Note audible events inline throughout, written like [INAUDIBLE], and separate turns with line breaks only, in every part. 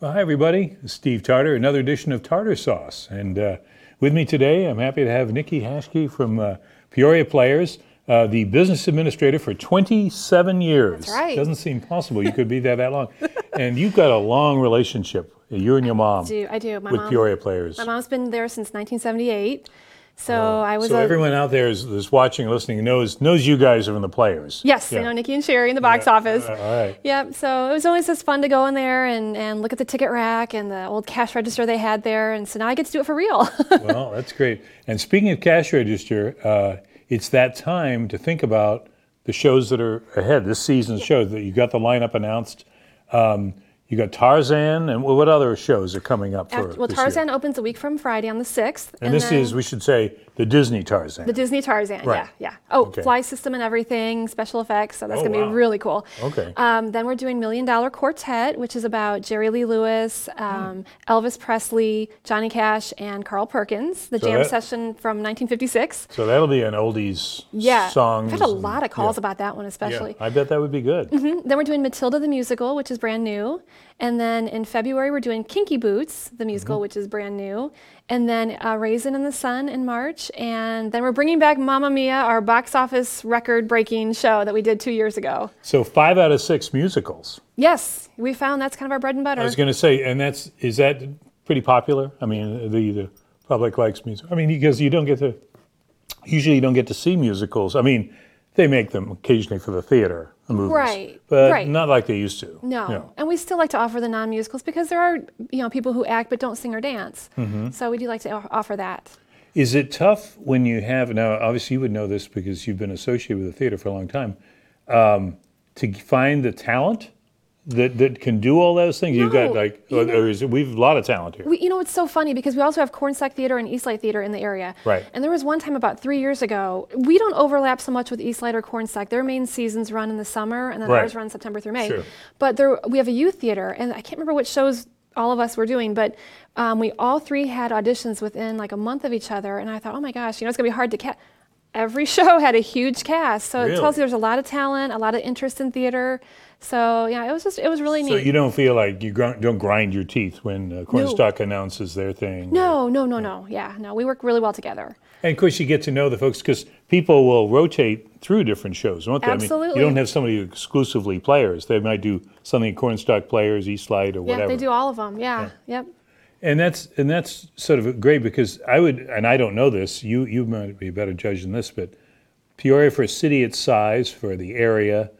Well, hi, everybody. It's Steve Tartar, another edition of Tartar Sauce. And uh, with me today, I'm happy to have Nikki Hashke from uh, Peoria Players, uh, the business administrator for 27 years.
That's right.
Doesn't seem possible you could be there that
[LAUGHS]
long. and you've got a long relationship, you and your mom,
do. I do. My
with
mom.
Peoria Players.
My mom's been there since 1978. So I was
Oh, So
a,
everyone out there is, is watching, listening, knows knows you guys are in the players.
yes,
Yeah.
you know Nikki and Sherry in the box office.
Uh, all right.
Yep. So it was always just fun to go in there and, and look at the ticket rack and the old cash register they had there, and so now I get to do it for real.
well, that's great. And speaking of cash register, uh, it's that time to think about the shows that are ahead. This season's shows that you got the lineup announced. Um, you got Tarzan, and what other shows are coming up for
After- [LAUGHS] well,
this
Tarzan
year?
opens a week from Friday on the sixth,
And, this
then
is, we should say, the Disney Tarzan.
the Disney Tarzan.
Right.
Yeah, yeah. Oh,
Okay.
fly system and everything, special effects. So that's
Oh,
gonna
wow.
be really cool.
Okay.
Um, then we're doing Million Dollar Quartet, which is about Jerry Lee Lewis,
Hmm.
um, Elvis Presley, Johnny Cash, and Carl Perkins. The
So
jam
that-
session from 1956.
so that'll be an oldies
Yeah,
song.
I've had a lot of calls Mm-hmm. about that one, especially.
I bet that would be good.
Then we're doing Matilda the musical, which is brand new. And then in February we're doing Kinky Boots the
Mm-hmm.
musical, which is brand new. And then uh, Raisin in the Sun in March. And then we're bringing back Mamma Mia, our box office record-breaking show that we did two years ago.
So five out of six musicals.
Yes, we found that's kind of our bread and butter.
I was going to say, and that's is that pretty popular? I mean, the the public likes music. I mean, because you don't get to usually you don't get to see musicals. I mean, they make them occasionally for the theater and movies,
Right,
But
right.
not like they used to.
No. And we still like to offer the non musicals because there are, you know, people who act but don't sing or dance.
Mm-hmm.
So we do like to o- offer that.
Is it tough when you have now? Obviously, you would know this because you've been associated with the theater for a long time. Um, to g- find the talent that that can do all those things, you've got
No,
like, or, or is it, we've a lot of talent here.
We, you know, it's so funny because we also have Cornstack Theater and Eastlight Theater in the area.
Right.
And there was one time about three years ago, we don't overlap so much with Eastlight or Cornstack. Their main seasons run in the summer and then
Right.
ours run September through May.
Sure.
But there, we have a youth theater, and I can't remember what shows all of us were doing, but um, we all three had auditions within like a month of each other. And I thought, oh my gosh, you know, it's going to be hard to catch. Every [LAUGHS] show had a huge cast, so it tells
Really?
you there's a lot of talent, a lot of interest in theater. So yeah, it was just it was really
So
neat.
you don't feel like you gr- don't grind your teeth when uh, Cornstalk announces their thing.
no, no, no, no. Yeah, no, we work really well together.
And of course, you get to know the folks because people will rotate through different shows, won't they? I mean,
Absolutely.
you don't have somebody who exclusively players. They might do something at Cornstalk Players, Eastlight, or whatever.
Yeah, they do all of them. Yeah. Yep.
And that's and that's sort of great because I would and I don't know this. You you might be a better judge than this, but Peoria for a city its size for the area,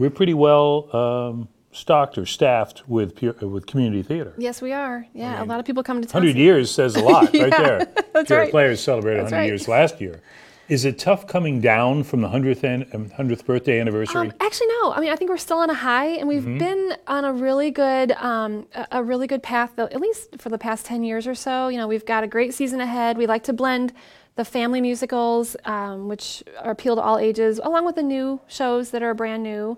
we're pretty well um, stocked or staffed with pure, with community theater.
Yes, we are. Yeah, a lot of people come to town.
Hundred years says a
[LAUGHS]
lot, right there.
that's
Pure
right.
Players celebrated
That's
hundred
right.
years last year. Is it tough coming down from the hundredth um, hundredth birthday anniversary?
Um, actually, no. I mean, I think we're still on a high, and we've been on a really good, um, a, a really good path, though, at least for the past ten years or so. You know, we've got a great season ahead. We like to blend the family musicals, um, which are appeal to all ages, along with the new shows that are brand new.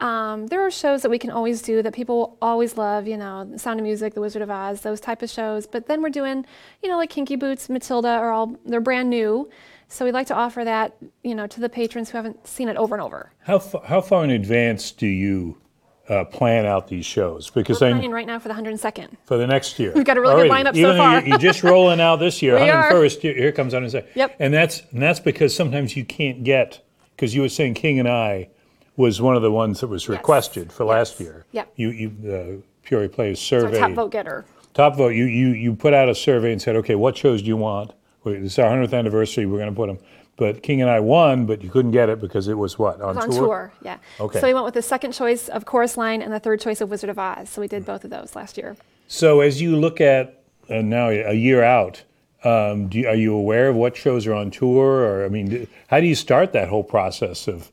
Um, there are shows that we can always do that people will always love. You know, Sound of Music, The Wizard of Oz, those type of shows. But then we're doing, you know, like Kinky Boots, Matilda are all they're brand new. So we like to offer that, you know, to the patrons who haven't seen it over and over.
how fa- how far in advance do you uh, plan out these shows? Because
We're
I
planning right now for the 102nd.
for the next year.
We've got a really good lineup so
Even though
far.
You're, you're just rolling out this
[LAUGHS]
year,
We are.
101st, here- here comes 102nd.
Yep.
And that's, and that's because sometimes you can't get, because you were saying King and I was one of the ones that was requested for last year.
Yep.
You, you, uh, Peoria Players
Our
surveyed.
top vote getter.
Top vote, you, you, you put out a survey and said, okay, what shows do you want? We- It's our 100th anniversary, we're going to put them. But King and I won, but you couldn't get it because it was what? On,
On tour, yeah.
Okay.
So we went with the second choice of Chorus Line and the third choice of Wizard of Oz. So we did both of those last year.
So as you look at uh, now a year out, um, do you, are you aware of what shows are on tour, or I mean, do, how do you start that whole process of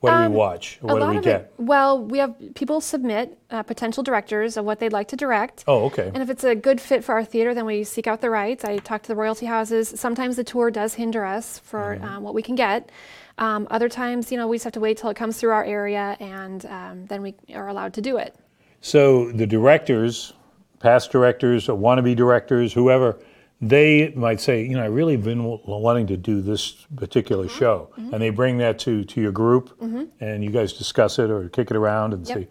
what do we watch, or what
Um, a
do
lot
we
of
get?
it. Well, we have people submit uh, potential directors of what they'd like to direct.
Oh, okay.
And if it's a good fit for our theater, then we seek out the rights. I talk to the royalty houses. Sometimes the tour does hinder us for
Mm-hmm.
um, what we can get. Um, other times, you know, we just have to wait till it comes through our area, and um, then we are allowed to do it.
So the directors, past directors, or wannabe directors, whoever, they might say, you know, I really been w- wanting to do this particular show, and they bring that to to Mm-hmm. your group, and you guys discuss it or kick it around and see.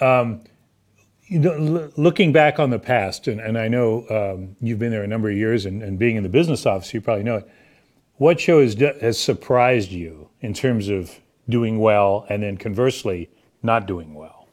Um, you know, l- looking back on the past, and, and I know um, you've been there a number of years, and, and being in the business office, you probably know it. What show has, do- has surprised you in terms of doing well, and then conversely, not doing well?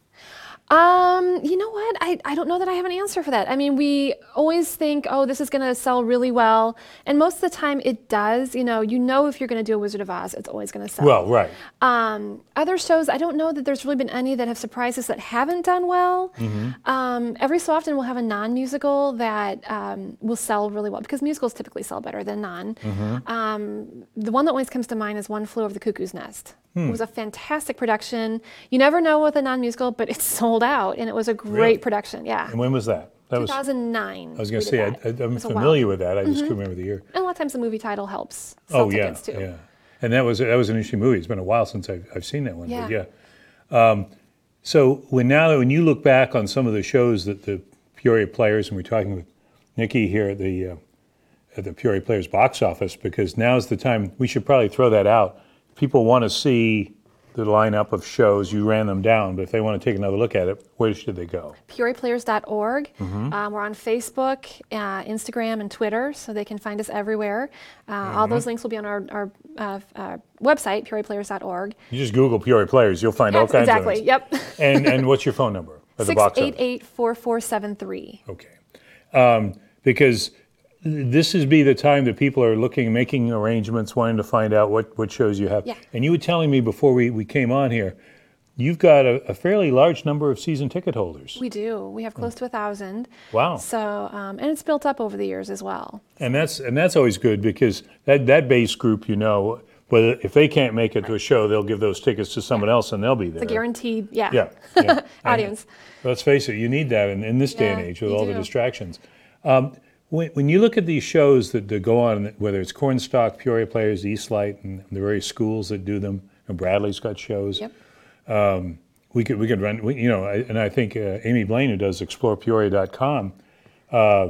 Um, you know what? I, I don't know that I have an answer for that. I mean, we always think, oh, this is going to sell really well. And most of the time it does. You know, you know if you're going to do a Wizard of Oz, it's always going to sell.
Well, right.
Um, other shows, I don't know that there's really been any that have surprised us that haven't done well.
Mm-hmm.
Um, every so often, we'll have a non musical that um, will sell really well because musicals typically sell better than non.
Mm-hmm.
Um, the one that always comes to mind is One Flew Over the Cuckoo's Nest.
Hmm.
It was a fantastic production. You never know with a non musical, but it [LAUGHS] sold out and it was a great
Really?
production. Yeah.
And when was that? That was. I
2009. I
was going to say I, I, I'm
a while. Mm-hmm.
familiar with that. I just couldn't remember the year.
And a lot of times the movie title helps. Sell
Oh yeah,
tickets too.
yeah. And that was that was an interesting movie. It's been a while since I've, I've seen that one. But yeah.
Yeah.
Um, so when now when you look back on some of the shows that the Peoria Players and we're talking with Nikki here at the uh, at the Peoria Players box office because now's the time we should probably throw that out. People want to see the lineup of shows. You ran them down, but if they want to take another look at it, where should they go?
PeoriaPlayers.org.
Mm-hmm.
Um, we're on Facebook, uh, Instagram, and Twitter, so they can find us everywhere. Uh, All
Mm-hmm.
those links will be on our, our uh, f- uh, website, PeoriaPlayers.org.
You just Google Peoria Players, you'll find all
Yes,
kinds
exactly.
of things. [LAUGHS]
Yep.
And and what's your phone number at the box office?
688-4473.
Okay. Um, because this is be the time that people are looking, making arrangements, wanting to find out what, what shows you have.
Yeah.
And you were telling me before we, we came on here, you've got a, a fairly large number of season ticket holders.
We do. We have close to a thousand.
Wow.
So, um, and it's built up over the years as well.
And that's and that's always good because that, that base group, you know, whether if they can't make it to a show, they'll give those tickets to someone else and they'll be there.
The guaranteed, yeah. [LAUGHS]
Yeah. yeah.
Audience.
Let's face it, you need that in, in this day and
Yeah,
age with
you
all the
do.
distractions. Um, when, when you look at these shows that, that go on, whether it's Cornstalk, Peoria Players, Eastlight, and the various schools that do them, and Bradley's got shows. Um,
Yep.
We could we could run, we, you know, I, and I think uh, Amy Blaine, who does explorepeoria.com, uh,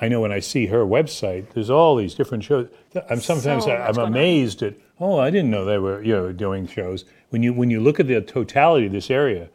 I know when I see her website, there's all these different shows. I'm sometimes
So
I,
much
I'm
going on.
amazed at oh I didn't know they were you know doing shows. When you when you look at the totality of this area,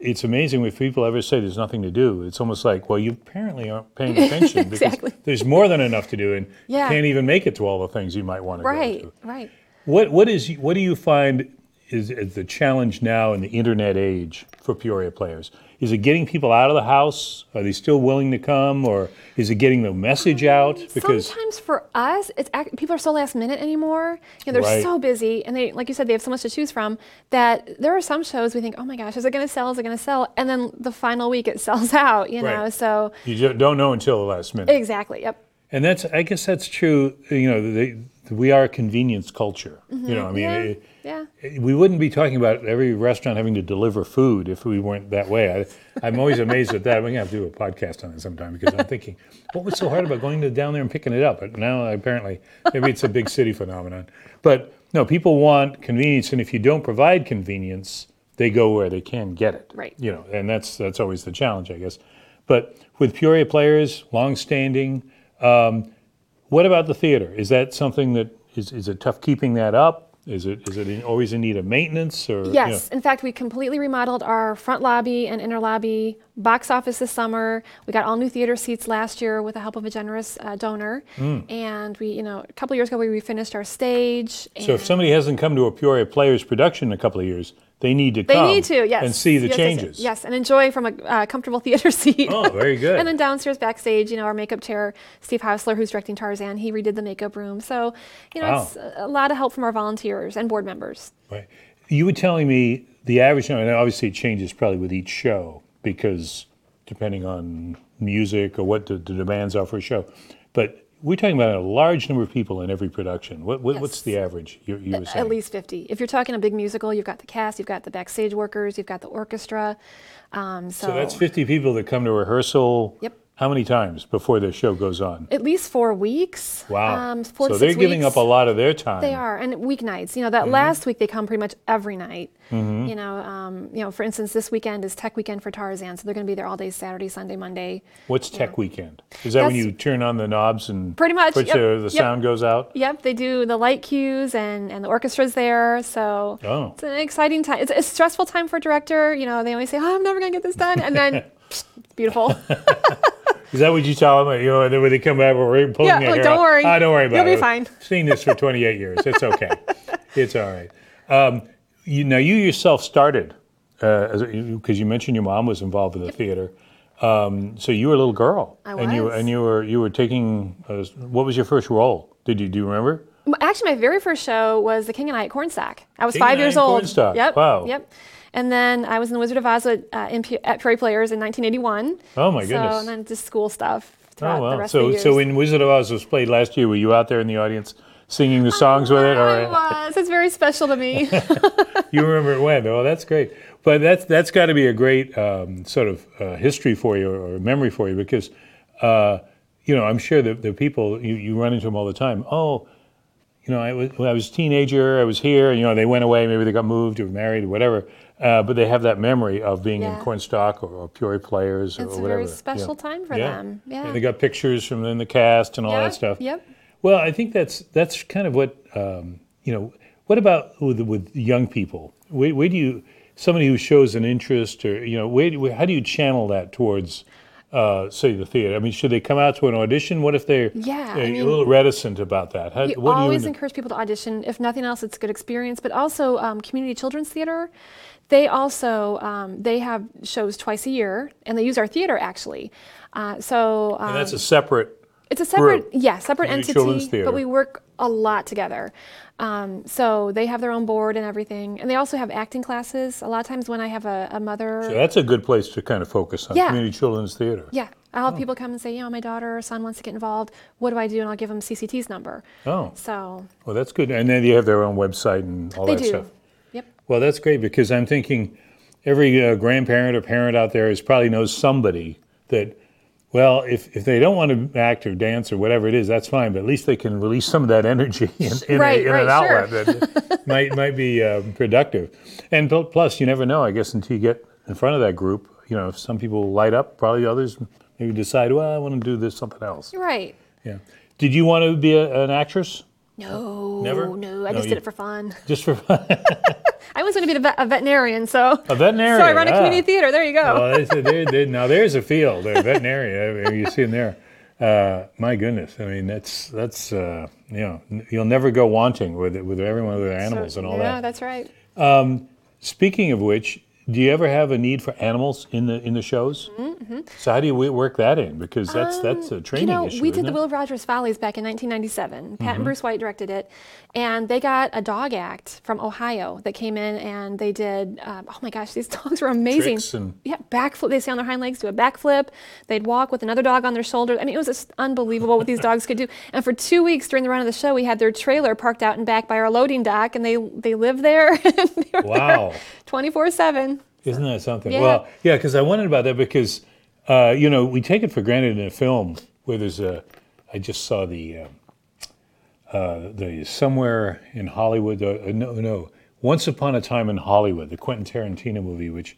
it's amazing if people ever say there's nothing to do. It's almost like well you apparently aren't
[LAUGHS]
paying attention
Exactly.
because there's more than enough to do and
Yeah.
you can't even make it to all the things you might want to
Right,
go to.
right.
What what is what do you find is, is the challenge now in the internet age for Peoria players? Is it getting people out of the house? Are they still willing to come, or is it getting the message out? Because
sometimes for us, it's ac- people are so last minute anymore. You know, they're
Right.
so busy, and they, like you said, they have so much to choose from that there are some shows we think, oh my gosh, is it going to sell? Is it going to sell? And then the final week it [LAUGHS] sells out. You
Right.
know, so
you ju- don't know until the last minute,
exactly, yep.
and that's I guess that's true. You know, the, we are a convenience culture. You know, I mean.
Mm-hmm. yeah,
it-
yeah.
we wouldn't be talking about every restaurant having to deliver food if we weren't that way. I, I'm always amazed at that. We're gonna have to do a podcast on it sometime because I'm thinking, what was so hard about going to down there and picking it up? But now apparently, maybe it's a big city phenomenon. But no, people want convenience, and if you don't provide convenience, they go where they can get it.
Right.
You know, and that's that's always the challenge, I guess. But with Peoria players, longstanding, what about the theater? Is that something that is, is it tough keeping that up? Is it is it in, always in need of maintenance or you know?
Yes. In fact, we completely remodeled our front lobby and inner lobby, box office this summer. We got all new theater seats last year with the help of a generous uh, donor.
Hmm.
And we, you know, a couple years ago, we refinished our stage. And
So if somebody hasn't come to a Peoria Players production in a couple of years, they need to
they
come.
need to, yes.
and see the
Yes, yes, yes.
changes.
Yes, and enjoy from a uh, comfortable [LAUGHS] theater seat.
Oh, very good.
And then downstairs backstage, you know, our makeup chair, Steve Hausler, who's directing Tarzan, he redid the makeup room. So, you know,
Wow.
it's a a lot of help from our volunteers and board members.
Right. You were telling me the average number, and obviously it changes probably with each show because depending on music or what the, the demands are for a show. But we're talking about a large number of people in every production. What, what what's
Yes.
the average? You, you were saying
At least 50. If you're talking a big musical, you've got the cast, you've got the backstage workers, you've got the orchestra. Um, so,
So that's 50 people that come to rehearsal.
Yep.
How many times before the show goes on?
at least four weeks.
Wow.
Um, four
so
to
they're
six
giving
weeks.
up a lot of their time.
They are, and weeknights. You know, that last week they come pretty much every night. You know, um, you know, for instance, this weekend is Tech Weekend for Tarzan, so they're going to be there all day Saturday, Sunday, Monday.
What's Tech Weekend? Is that when
That's-
you turn on the knobs and
Pretty much,
push
yep,
the, the
yep.
sound goes out?
Yep, they do the light cues and and the orchestra's there, so
Oh.
it's an exciting time. It's a stressful time for a director. You know, they always say, "Oh, I'm never going to get this done," and then [LAUGHS] psh, beautiful.
Is that what you tell them? You know, then when they come back, we're pulling
Yeah,
their
like,
hair
"Don't
out.
worry.
Ah, don't worry about
You'll
it.
be fine."
I've seen this for 28 years.
[LAUGHS]
It's okay. it's all right. Um, you now you yourself started because you mentioned your mom was involved in the theater. Um, so you were a little girl,
I
and you
was.
and you were you were taking. uh what was your first role? Did you do you remember?
M- Actually, my very first show was The King and I at Cornstack. I was
King
five
and I
years
at
old.
Cornstack.
Yep.
Wow.
Yep. And then I was in The Wizard of Oz at, uh, in, P- at Prairie Players in 1981.
Oh, my goodness. Oh,
So, and then just school stuff throughout Uh, the rest
So
of the years.
so when Wizard of Oz was played last year, were you out there in the audience singing
Um,
the songs with it? All
I
right.
was. It's very special to
[LAUGHS]
me.
you remember it when? Oh, that's great. But that's that's got to be a great um, sort of uh, history for you or memory for you because, uh, you know, I'm sure that the people you, you run into them all the time. Oh, you know, I was when I was a teenager, I was here. You know, they went away, maybe they got moved or married or whatever. Uh, but they have that memory of being
Yeah.
in Cornstock or, or Peoria Players or
It's a
whatever.
very special time for
Yeah.
them.
And
Yeah.
they got pictures from then the cast and all
Yeah,
that stuff.
yep.
Well, I think that's that's kind of what um, you know. What about with, with young people? Where, where do you somebody who shows an interest, or you know, where, do- where how do you channel that towards, uh, say, the theater? I mean, should they come out to an audition? What if they're
Yeah,
uh,
I
a
mean-
little reticent about that? How,
We
what do you
always encourage people to audition. If nothing else, it's a good experience. But also, um, community children's theater, they also um, they have shows twice a year, and they use our theater actually. Uh, so um,
and that's a separate.
it's a separate,
group.
yeah, separate
Community
entity,
children's theater.
but we work a lot together. Um, so they have their own board and everything, and they also have acting classes. A lot of times when I have a, a mother,
That's a good place to kind of focus on
Yeah.
community children's theater.
yeah, I'll
Oh.
have people come and say, you know, my daughter or son wants to get involved. What do I do? And I'll give them CCT's number.
Oh,
So
well, that's good. And then you have their own website and all
they
that
do.
stuff.
Yep.
Well, that's great because I'm thinking every uh, grandparent or parent out there is probably knows somebody that, well, if, if they don't want to act or dance or whatever it is, that's fine. But at least they can release some of that [LAUGHS] energy in, in,
Right,
a, in an
right, sure.
outlet that [LAUGHS] might might be um, productive. And pl- plus, you never know. I guess until you get in front of that group, you know, if some people light up, probably others maybe decide, well, I want to do this something else.
Right.
Yeah. Did you want to be a, an actress?
No,
Never?
no.
No,
I just
you-
did it for fun. [LAUGHS]
Just for [LAUGHS] fun?
I always wanted to be a, vet- a veterinarian, so
a veterinarian.
[LAUGHS] so I run a
ah.
community theater. There you go.
well, that's a, there, there, now there's a field, a veterinary. I mean, you see in there. Uh, my goodness, I mean that's that's uh, you know n- you'll never go wanting with it- with everyone with their animals and all
yeah,
that.
that's right.
Speaking of which, do you ever have a need for animals in the in the shows? So how do you w- work that in? Because that's that's a training
Mm-hmm. Um, you know,
issue.
we
isn't
did the
it? Mm-hmm.
Will Rogers Follies back in 1997. Pat and Bruce White directed it, and they got a dog act from Ohio that came in, and they did. Um, oh my gosh, these [LAUGHS] dogs were amazing.
Tricks and-
yeah, backflip. They stay on their hind legs, do a backflip. They'd walk with another dog on their shoulder. I mean, it was just unbelievable what
[LAUGHS]
these dogs could do. And for two weeks during the run of the show, we had their trailer parked out and back by our loading dock, and they they lived there. [LAUGHS]
Wow.
24 7.
Isn't that something?
Yeah.
Well, yeah, because I wondered about that because, uh, you know, we take it for granted in a film where there's a. I just saw the, um, uh, the somewhere in Hollywood. Uh, uh, no, no, Once Upon a Time in Hollywood, the Quentin Tarantino movie, which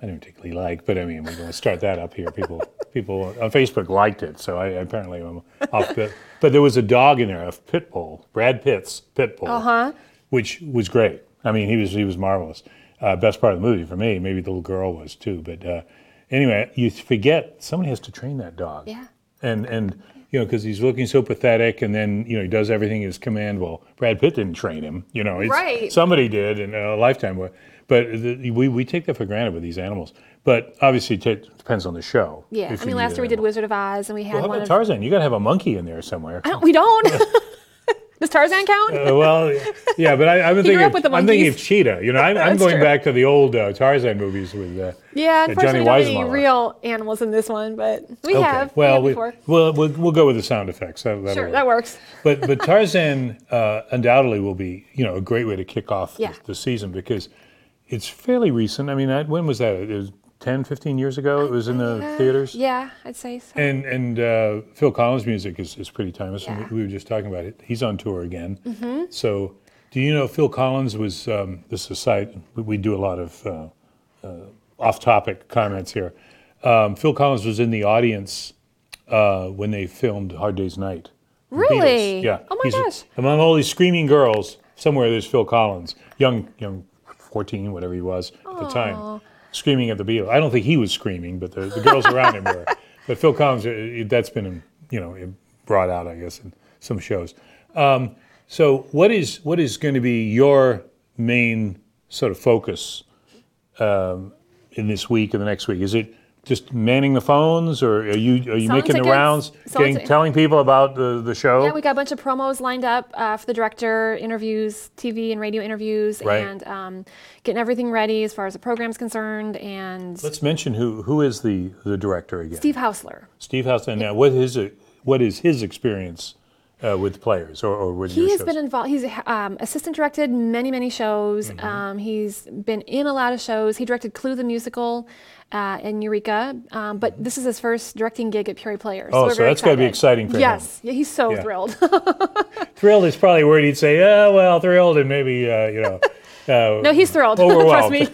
I don't particularly like, but I mean, we're going to start that up here. People, [LAUGHS] people on Facebook liked it, so I apparently I'm off. But, but there was a dog in there, a pit bull, Brad Pitt's pit bull, uh-huh. which was great. I mean, he was he was marvelous. Uh, best part of the movie for me. Maybe the little girl was too, but uh, anyway, you forget somebody has to train that dog
Yeah.
and and you know because he's looking so pathetic, and then you know he does everything at his command. Well, Brad Pitt didn't train him, you know, it's,
Right.
Somebody did in a lifetime, but- but the, we we take that for granted with these animals. But obviously, it ta- depends on the show. if
Yeah, I
you
mean,
need
last
an
year we did
animal.
Wizard of Oz, and we had
Well, how
one
about
of.
Tarzan? You got to have a monkey in there somewhere.
I don't- Uh, we don't. [LAUGHS] Does Tarzan count?
Uh, well, yeah, but I, I've been
He grew
thinking.
up with the
Of, I'm thinking of
monkeys.
cheetah. You know, I'm, I'm
That's
going
true.
back to the old uh, Tarzan movies with uh,
Yeah,
uh,
unfortunately,
Johnny
we don't have
Weissmuller.
any real animals in this one, but we
Okay.
have.
Well,
we
we,
have before.
we'll, we'll we'll go with the sound effects. That, that'll
Sure,
work.
that works.
but but Tarzan uh, undoubtedly will be you know a great way to kick off
Yeah.
the, the season because it's fairly recent. I mean, I, when was that? It was 10, 15 years ago. It was in the
Uh,
theaters.
Yeah, I'd say so.
And and uh, Phil Collins' music is, is pretty timeless.
Yeah.
And we were just talking about it. He's on tour again. So do you know Phil Collins was um, the society? We, we do a lot of uh, uh, off-topic comments here. Um, Phil Collins was in the audience uh, when they filmed Hard Day's Night. The Beatles.
Really?
Yeah.
Oh my
He's-
gosh.
Among all these screaming girls, somewhere there's Phil Collins, young young, fourteen, whatever he was at the time. screaming at the Beatles. I don't think he was screaming, but the, the girls around him
[LAUGHS]
were. But Phil Collins, uh, it- that's been you know brought out, I guess, in some shows. Um, so what is what is going to be your main sort of focus um, in this week and the next week? Is it just manning the phones, or are you are you
Selling
making
tickets,
the rounds,
selling
getting,
ti-
telling people about the the show?
Yeah, we got a bunch of promos lined up uh, for the director, interviews, TV and radio interviews,
Right.
and um, getting everything ready as far as the program's concerned. And
Let's mention who who is the the director again.
Steve Hausler.
Steve House, and now what is it? What is his experience uh, with players or, or with your
He has
shows?
been involved. He's um, assistant directed many, many shows.
Mm-hmm.
Um, he's been in a lot of shows. He directed Clue the musical uh, in Eureka, um, but this is his first directing gig at Pure Players.
Oh,
we're
so
very
that's gotta be
excited.
exciting for him.
yes. Yeah, he's so
Yeah. [LAUGHS]
thrilled.
thrilled is probably a word he'd say. Yeah, well, thrilled and maybe uh, you
[LAUGHS]
know. Uh,
no, he's thrilled. [LAUGHS] Trust
overwhelmed.
me.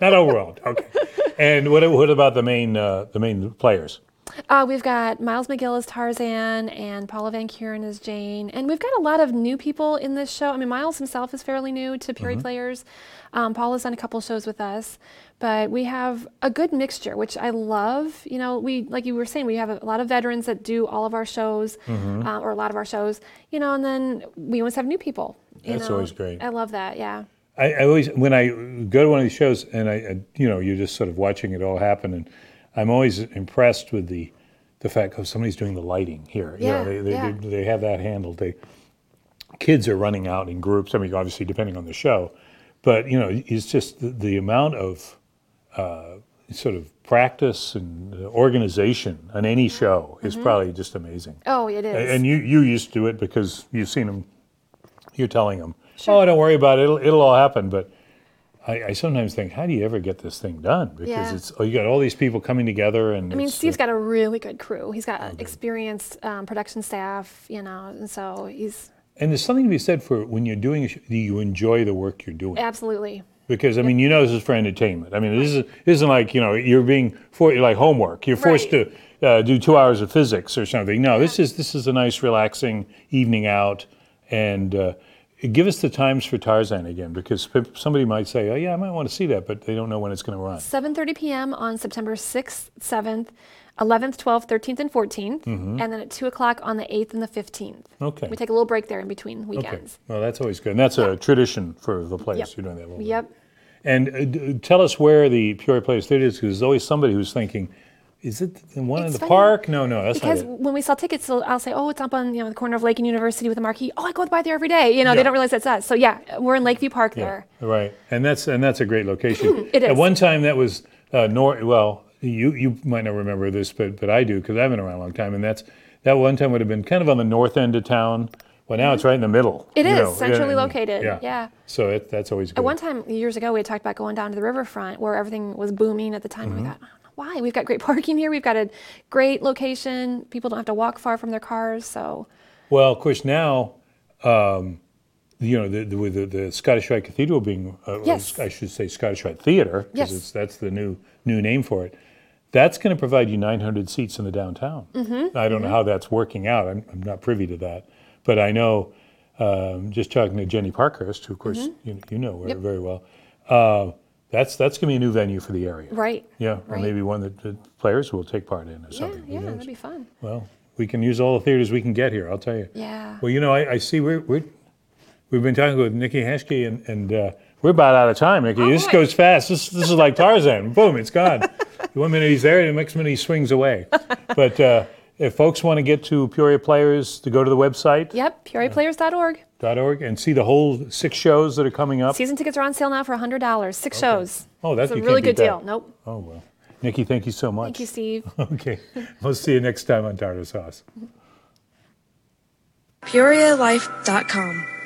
Not overwhelmed. Okay. And what what about the main uh, the main players?
Uh, we've got Miles McGill as Tarzan and Paula Van Kuren as Jane. And we've got a lot of new people in this show. I mean, Miles himself is fairly new to Puri
Mm-hmm.
Players. Um, Paula's done a couple shows with us. But we have a good mixture, which I love. You know, we, like you were saying, we have a lot of veterans that do all of our shows
Mm-hmm.
uh, or a lot of our shows, you know, and then we always have new people. you
That's
know.
always great.
I love that. Yeah.
I, I always when I go to one of these shows and I, I you know you're just sort of watching it all happen and I'm always impressed with the the fact oh somebody's doing the lighting here you
Yeah,
know, they, they,
yeah.
they, they have that handled they kids are running out in groups I mean obviously depending on the show but you know it's just the, the amount of uh, sort of practice and organization on any show is
Mm-hmm.
probably just amazing
Oh, it is.
and you you used to it because you've seen them. You're telling them, "Oh, don't worry about it. It'll, it'll all happen." But I, I sometimes think, how do you ever get this thing done? Because
Yeah.
it's oh, you got all these people coming together, and
I mean,
it's,
Steve's got a really good crew. He's got experienced um, production staff, you know, and so he's
and there's something to be said for when you're doing a sh- you enjoy the work you're doing.
absolutely.
Because I mean, you know, this is for entertainment. I mean, this is isn't like you know you're being for like homework. You're forced
Right.
to uh, do two hours of physics or something. No, this is this is a nice, relaxing evening out. And uh, give us the times for Tarzan again, because p- somebody might say, "Oh yeah, I might want to see that," but they don't know when it's going to run.
7:30 p.m. on September 6th, 7th, 11th, 12th, 13th, and 14th, and then at two o'clock on the 8th and the 15th.
Mm-hmm. Okay.
We take a little break there in between
Okay.
weekends.
Well, that's always good, and that's a tradition for the players
Yep.
who are doing that. little bit.
Yep.
And uh, d- tell us where the Peoria Players Theater is, because there's always somebody who's thinking, "Is it the one in
It's
the
funny,
park?" No, no, that's
Because
not it.
when we sell tickets, they'll- I'll say, "Oh, it's up on you know the corner of Lake and University with a marquee." Oh, I go by there every day. You know,
Yeah.
they don't realize that's us. So yeah, we're in Lakeview Park there.
Right, and that's and that's a great location.
[CLEARS THROAT] It
At
is.
one time, that was uh, nor well, you you might not remember this, but but I do because I've been around a long time, and that's that one time would have been kind of on the north end of town. Well, now it's right in the middle.
Mm-hmm. It
It is
is, centrally located, yeah.
So it, that's always good.
One time years ago, we had talked about going down to the riverfront where everything was booming at the time.
Mm-hmm.
And we thought, I don't know why. We've got great [LAUGHS] parking here. We've got a great location. People don't have to walk far from their cars. So
Well, of course, now, um, you know, the, the, with the, the Scottish Rite Cathedral being, uh, or
Yes.
I should say Scottish Rite Theatre,
Yes.
because that's the new new name for it. That's going to provide you 900 seats in the downtown.
Mm-hmm.
I don't know how that's working out. I'm, I'm not privy to that, but I know. Um, just talking to Jenny Parkhurst, who of course
Mm-hmm.
you, you know her very well. Uh, that's that's going to be a new venue for the area.
right.
Yeah, or
Mm-hmm. Right.
maybe one that the players will take part in or
Yeah,
something. Who
yeah,
knows?
that'd be fun.
Well, we can use all the theaters we can get here. I'll tell you.
Yeah.
Well, you know, I, I see we're, we're we've been talking with Nikki Heskey, and, and uh, we're about out of time, Nikki. this
boy.
goes fast. This this is like Tarzan. [LAUGHS] Boom, it's gone. One minute he's there, and the next minute he swings away. But uh, if folks want to get to Peoria Players, to go to the website
Yep, PeoriaPlayers.org.
.org and see the whole six shows that are coming up.
Season tickets are on sale now for $100. Six shows.
Oh, that-
It's a
you can't
really
beat
good
that.
deal. Nope.
Oh well, Nikki, thank you so much.
Thank you, Steve.
[LAUGHS] Okay, we'll see you next time on Tartar Sauce.
PeoriaLife.com.